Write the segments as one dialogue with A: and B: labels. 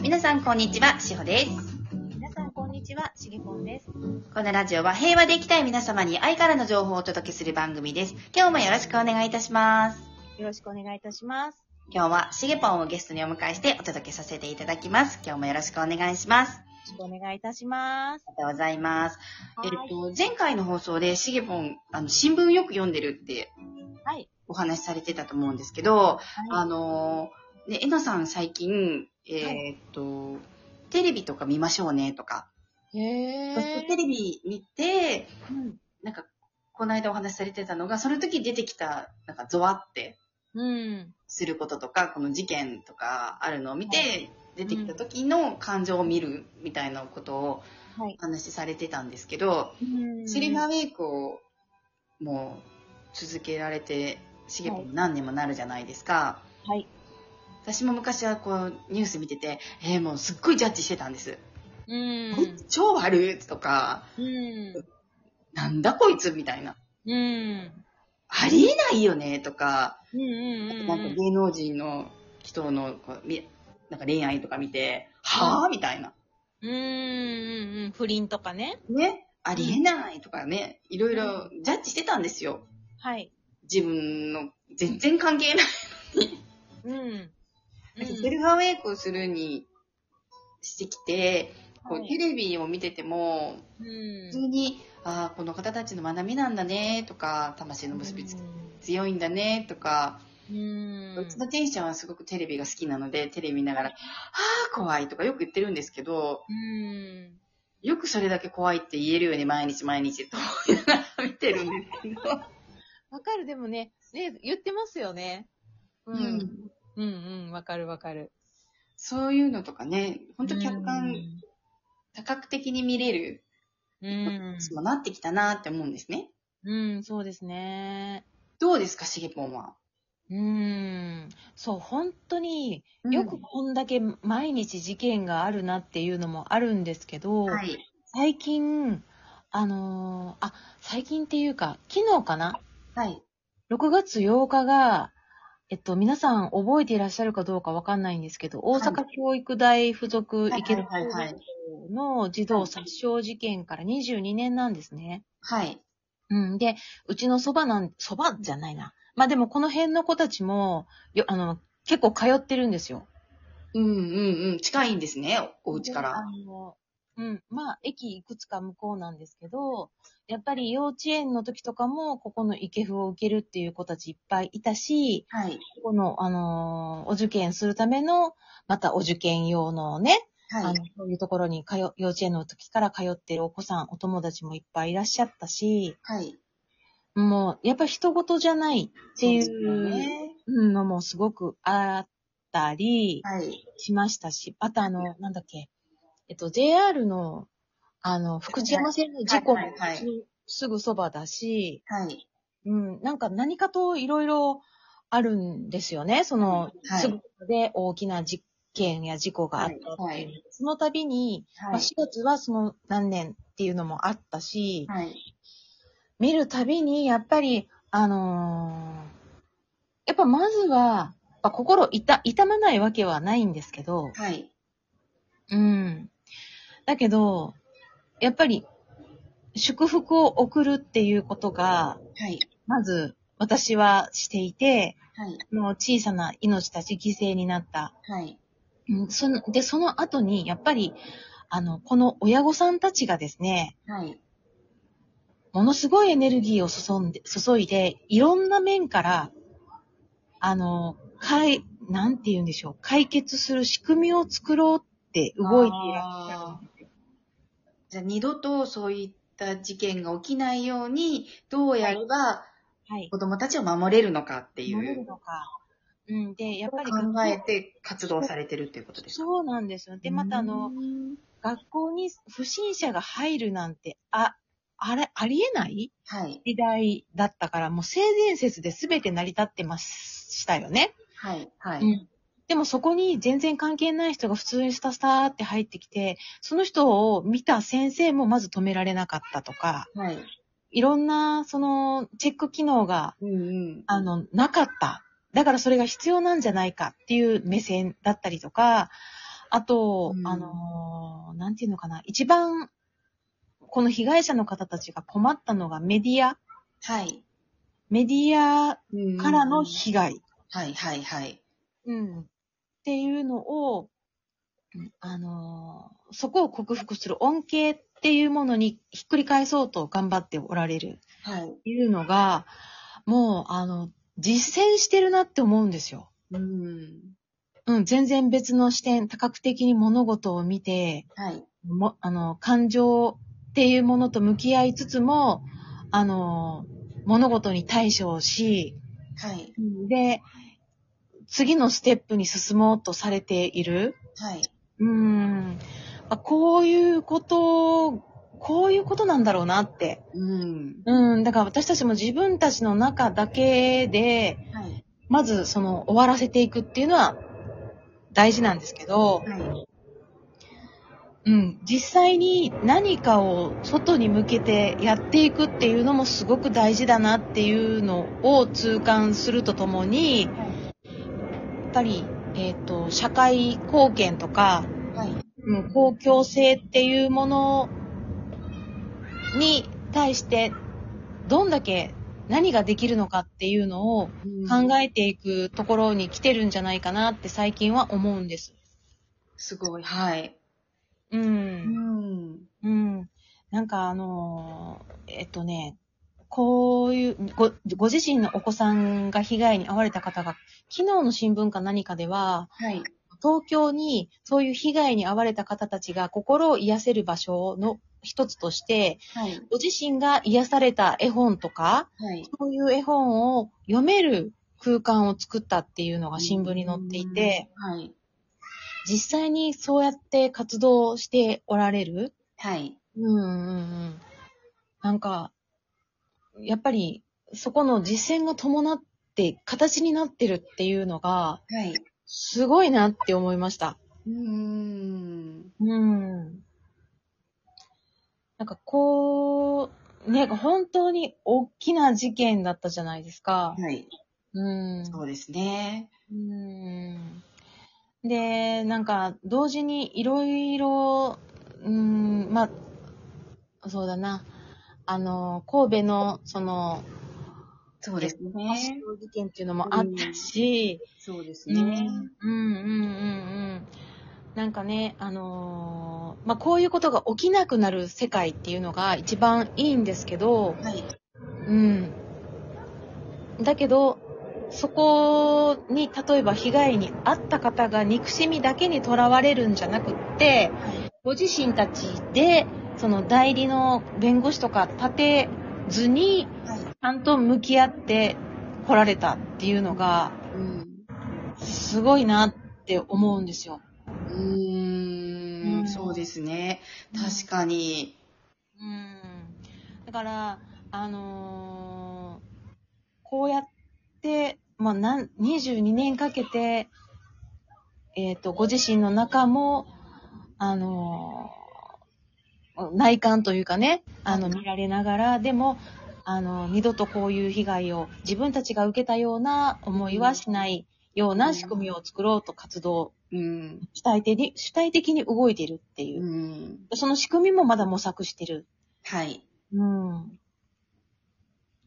A: 皆さんこんにちは、しほです。
B: 皆さん、こんにちは。しげぽんです。
A: このラジオは平和で生きたい皆様に愛からの情報をお届けする番組です。今日もよろしくお願いいたします。
B: よろしくお願いいたします。
A: 今日はしげぽんをゲストにお迎えしてお届けさせていただきます。今日もよろしくお願いします。
B: よろしくお願いいたします
A: あ。りがとうございます。えっ
B: はい。
A: と、前回の放送でしげぽん、あの、新聞よく読んでるって
B: はい。
A: お話しされてたと思うんですけど、あ
B: あ
A: のー、ね、えなさん最近、えーっと、テレビとか見ましょうねとか、
B: へ
A: テレビ見て、
B: うん。
A: なんか、この間お話しされてたのが、その時出てきた、なんか、ゾワって
B: うん。
A: することとか、この事件とかあるのを見て、
B: は
A: 出てきた時の感情を見るみたいなことを
B: はい
A: お。話しされてたんですけど、
B: うん
A: シルバーウェイクをもう続けられて、しげぽんも何年もなるじゃないですか。
B: はい。
A: 私も昔はこうニュース見てて、えーもうすっごいジャッジしてたんです。
B: うん
A: こいつ超悪いとか、
B: うん。
A: なんだこいつみたいな。
B: うん。
A: ありえないよねとか、
B: うんうんうん。
A: なんか芸能人の人のこうみなんか恋愛とか見て、はぁみたいな。
B: うんうんうん。不倫とかね。
A: ね。ありえないとかね。いろいろジャッジしてたんですよ。
B: はい。
A: 自分の全然関係ない。
B: うん。
A: だけどセルフアウェイクをするにしてきて、こ
B: は
A: う
B: い
A: テレビを見てても、
B: うん
A: 普通に、ああ、この方たちの学びなんだねとか、魂の結びつき強いんだねとか、
B: うん。
A: うちの天使ちゃんはすごくテレビが好きなので、テレビ見ながら、ああ、怖いとかよく言ってるんですけど、
B: うん。
A: よくそれだけ怖いって言えるように毎日毎日と思いながら見てるんですけど、
B: わかる、でもね、ね、言ってますよね。う
A: うん
B: ん。うんうん。わかるわかる。
A: そういうのとかね、本当客
B: う
A: 観、
B: ん
A: 多角的に見れる、
B: うん。
A: そうなってきたなって思うんですね。
B: うん、そうですね。
A: どうですか、しげぽんは。
B: うん。そう、本当によくこんだけ毎日事件があるなっていうのもあるんですけど、
A: うん、はい。
B: 最近、あのーあ、最近っていうか、昨日かな
A: はい。
B: ?6 月8日が、えっと、皆さん覚えていらっしゃるかどうかわかんないんですけど、大阪教育大附属池田
A: はいはいはいはい
B: 高校の児童殺傷事件から22年なんですね。
A: はい。
B: うん。で、うちのそばなん、そばじゃないな。まあでもこの辺の子たちも、よ、あの、結構通ってるんですよ。
A: うんうんうん。近いんですね、おお家か
B: であ
A: ら。
B: の、うん。まあ、駅いくつか向こうなんですけど、やっぱり幼稚園の時とかも、ここの池府を受けるっていう子たちいっぱいいたし、
A: はい。
B: ここの、あのーお受験するための、またお受験用のね、あ
A: はい
B: の。、そういうところに通、幼稚園の時から通ってるお子さん、お友達もいっぱいいらっしゃったし、
A: はい。
B: もう、やっぱ人事じゃないってい
A: そうですよ
B: う
A: ね。
B: うんのもすごくあったり
A: はい。
B: しましたし、あとあの、なんだっけ、えっと、JR の、あの、福知山線の事故も
A: はいはいはい
B: すぐそばだし、
A: はい。
B: うん、なんか何かといろいろあるんですよね、その、
A: はい
B: すぐで大きな事件や事故があったっていう。
A: はいはい
B: その度に、ま
A: は
B: あ、4月はその何年っていうのもあったし、
A: はい。
B: 見るたびに、やっぱり、あのーやっぱまずは、やっぱ心いた、痛まないわけはないんですけど、
A: はい。
B: うん。だけど、やっぱり、祝福を送るっていうことが、
A: はい。
B: まず私はしていて、
A: はい。
B: あの小さな命たち犠牲になった。
A: はい。
B: うんそので、その後に、やっぱり、あの、この親御さんたちがですね、
A: はい。
B: ものすごいエネルギーを注んで、注いで、いろんな面から、あの、かい、なんて言うんでしょう、解決する仕組みを作ろうって動いていらっしゃる。
A: じゃあ二度とそういった事件が起きないように、どうやれば
B: はい。
A: 子供たちを守れるのかってい
B: 守る
A: う、
B: のか。うん、で、やっぱり学校
A: 考えて活動されてるっていうことですか
B: そうなんですよ。で、またあの、、学校に不審者が入るなんて、あ、あれ、ありえない
A: はい。
B: 時代だったから、もう性善説で全て成り立ってましたよね。
A: はい。は
B: う
A: い。
B: んでもそこに全然関係ない人が普通にスタスタって入ってきて、その人を見た先生もまず止められなかったとか、
A: はい。
B: いろんなそのチェック機能が、
A: うんうん。
B: あの、なかった。だからそれが必要なんじゃないかっていう目線だったりとか、あと、
A: うん
B: あのーなんていうのかな、一番、この被害者の方たちが困ったのがメディア、
A: はい。
B: メディア
A: うん
B: からの被害、
A: はいはいはい。
B: うんっていうのを、うんあのーそこを克服する恩恵っていうものにひっくり返そうと頑張っておられる
A: はい。
B: いうのが、もう、あの、実践してるなって思うんですよ。
A: うん。
B: うん、全然別の視点、多角的に物事を見て、
A: はい。
B: も、あの、感情っていうものと向き合いつつも、あの、物事に対処をし、
A: はい。
B: で、次のステップに進もうとされている。
A: はい。
B: うん。あこういうこと、こういうことなんだろうなって。
A: うん。
B: うん。だから私たちも自分たちの中だけで、
A: はい。
B: まずその終わらせていくっていうのは大事なんですけど、
A: はい。
B: うん、実際に何かを外に向けてやっていくっていうのもすごく大事だなっていうのを痛感するとともに、やっぱり、えっ、と、社会貢献とか、
A: はい。
B: うん、公共性っていうものに対して、どんだけ何ができるのかっていうのを考
A: え。
B: えていくところに来てるんじゃないかなって最近は思うんです。
A: すごい。はい。
B: う。
A: うんん。
B: うん。なんかあのーえっとね、こういう、ご、ご自身のお子さんが被害に遭われた方が、昨日の新聞か何かでは、
A: はい。
B: 東京にそういう被害に遭われた方たちが心を癒せる場所の一つとして、
A: はい。
B: ご自身が癒された絵本とか、
A: はい。
B: そういう絵本を読める空間を作ったっていうのが新聞に載っていて、
A: うん。はい。
B: 実際にそうやって活動しておられる
A: はい。
B: うんうんうん。なんか、やっぱり、そこの実践が伴って、形になってるっていうのが、
A: はい。
B: すごいなって思いました。
A: うん。
B: うん。なんかこう、ね、本当に大きな事件だったじゃないですか。
A: はい。
B: うん。
A: そうですね。
B: うんで、なんか、同時にいろいろ、うん、まあ、そうだな、あの、神戸の、その、
A: そうです
B: 発
A: ね。
B: 症事件っていうのもあったし、
A: そうです
B: うん、
A: ね。
B: うん、うん、うん。なんかね、あのーまあ、こういうことが起きなくなる世界っていうのが一番いいんですけど、
A: はい。
B: うん。だけど、そこに、例えば被害に遭った方が憎しみだけにとらわれるんじゃなくって、ご自身たちで、その代理の弁護士とか立てずに、
A: はい。
B: ちゃんと向き合って来られたっていうのが、
A: うん。
B: すごいなって思うんですよ。
A: うー、
B: うんん
A: そうですね。確かに。
B: うん。だから、あのーこうやって、まあ、なん、22年かけて、えっ、と、ご自身の中も、あのー内観というかね、あの、見られながら、でも、あの、二度とこういう被害を自分たちが受けたような思いはしないような仕組みを作ろうと活動、
A: うん。
B: 主体的に、主体的に動いているっていうう。
A: ん。
B: その仕組みもまだ模索してる
A: はい。
B: うん。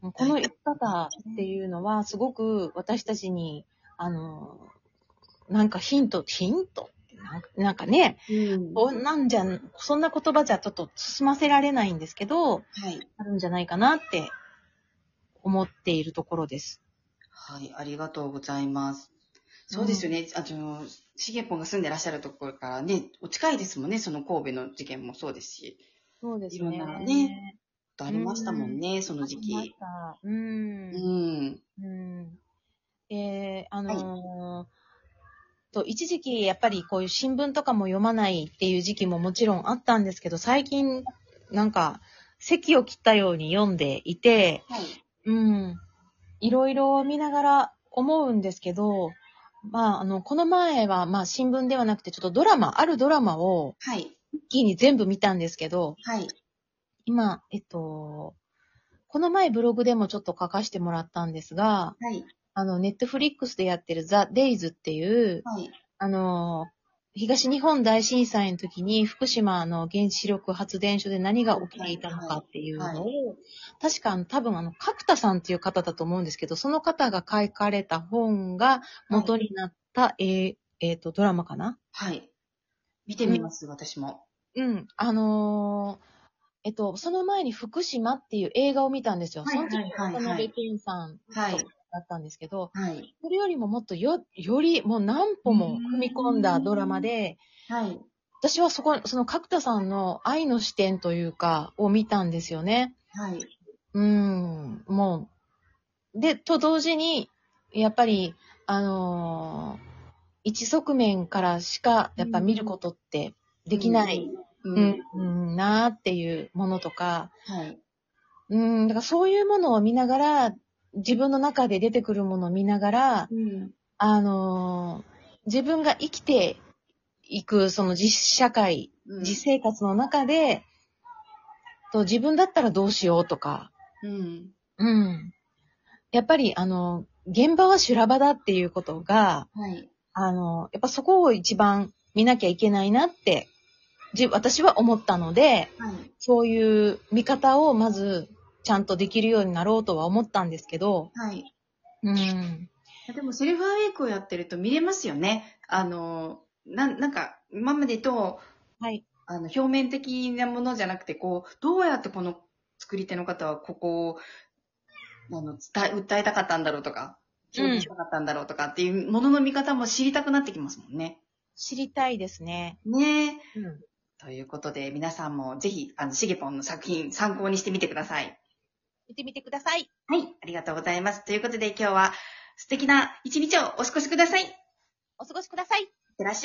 B: この生き方っていうのは、すごく私たちに、あの、なんかヒント、ヒントってなんかなんかね、
A: うん
B: こんなんじゃ、そんな言葉じゃちょっと進ませられないんですけど、
A: はい。
B: あるんじゃないかなって思っているところです。
A: はい、ありがとうございます。そうですよね。あの、しげぽんが住んでらっしゃるところからね、お近いですもんね、その神戸の事件もそうですし、
B: そうですす
A: ね
B: ね。
A: ありましたもんね、その時期。
B: う。
A: うんん。
B: うんえー、あのーと、一時期やっぱりこういう新聞とかも読まないっていう時期ももちろんあったんですけど、最近なんか、席を切ったように読んでいて、
A: はい。
B: うん、いろいろ見ながら思うんですけど、まあ、あの、この前は、まあ、新聞ではなくて、ちょっとドラマ、あるドラマを、
A: はい。
B: 一気に全部見たんですけど、
A: はい。
B: 今、えっと、この前ブログでもちょっと書かせてもらったんですが、
A: はい。
B: あの、ネットフリックスでやってるザ・デイズっていう、
A: はい。
B: あの東日本大震災の時に福島の原子力発電所で何が起きていたのかっていうのを、確かあの多分あの角田さんっていう方だと思うんですけど、その方が書かれた本が元になった、えーえーと、ドラマかな
A: はい。見てみます、私も。
B: うん。あのーえっと、その前に福島っていう映画を見たんですよ。
A: はいはいはいはい
B: その時、渡辺謙さん
A: はい。
B: だったんですけど、
A: はい。
B: それよりももっとよ、よりもう何歩も踏み込んだドラマで、
A: はい。
B: 私はそこ、その角田さんの愛の視点というか、を見たんですよね。
A: はい。
B: うん、もう。で、と同時に、やっぱり、あのー一側面からしか、やっぱ見ることってできない、
A: う。
B: うんん、うんなーっていうものとか、
A: はい。
B: うん、だからそういうものを見ながら、自分の中で出てくるものを見ながら、
A: うん。
B: あのー自分が生きていく、その実社会、
A: うん
B: 実生活の中で、と自分だったらどうしようとか、
A: うん。
B: うん。やっぱり、あの、現場は修羅場だっていうことが、
A: はい。
B: あの、やっぱそこを一番見なきゃいけないなって、じ私は思ったので、
A: はい。
B: そういう見方をまず、ちゃんとできるようになろうとは思ったんですけど、
A: はい。
B: うん。
A: でもセルフアウェイクをやってると見れますよね。あの、なん、なんか、今までと、
B: はい。
A: あの、表面的なものじゃなくて、こう、どうやってこの作り手の方はここを、あの、伝え、訴えたかったんだろうとか、
B: うん
A: 表現したかったんだろうとかっていうものの見方も知りたくなってきますもんね。
B: 知りたいですね。
A: ねえ。
B: うん。
A: ということで、皆さんもぜひ、あの、しげぽんの作品参考にしてみてください。
B: 見てみてください。
A: はい、ありがとうございます。ということで、今日は素敵な一日をお過ごしください。いっ
B: お過ごしください。
A: てらっしゃい。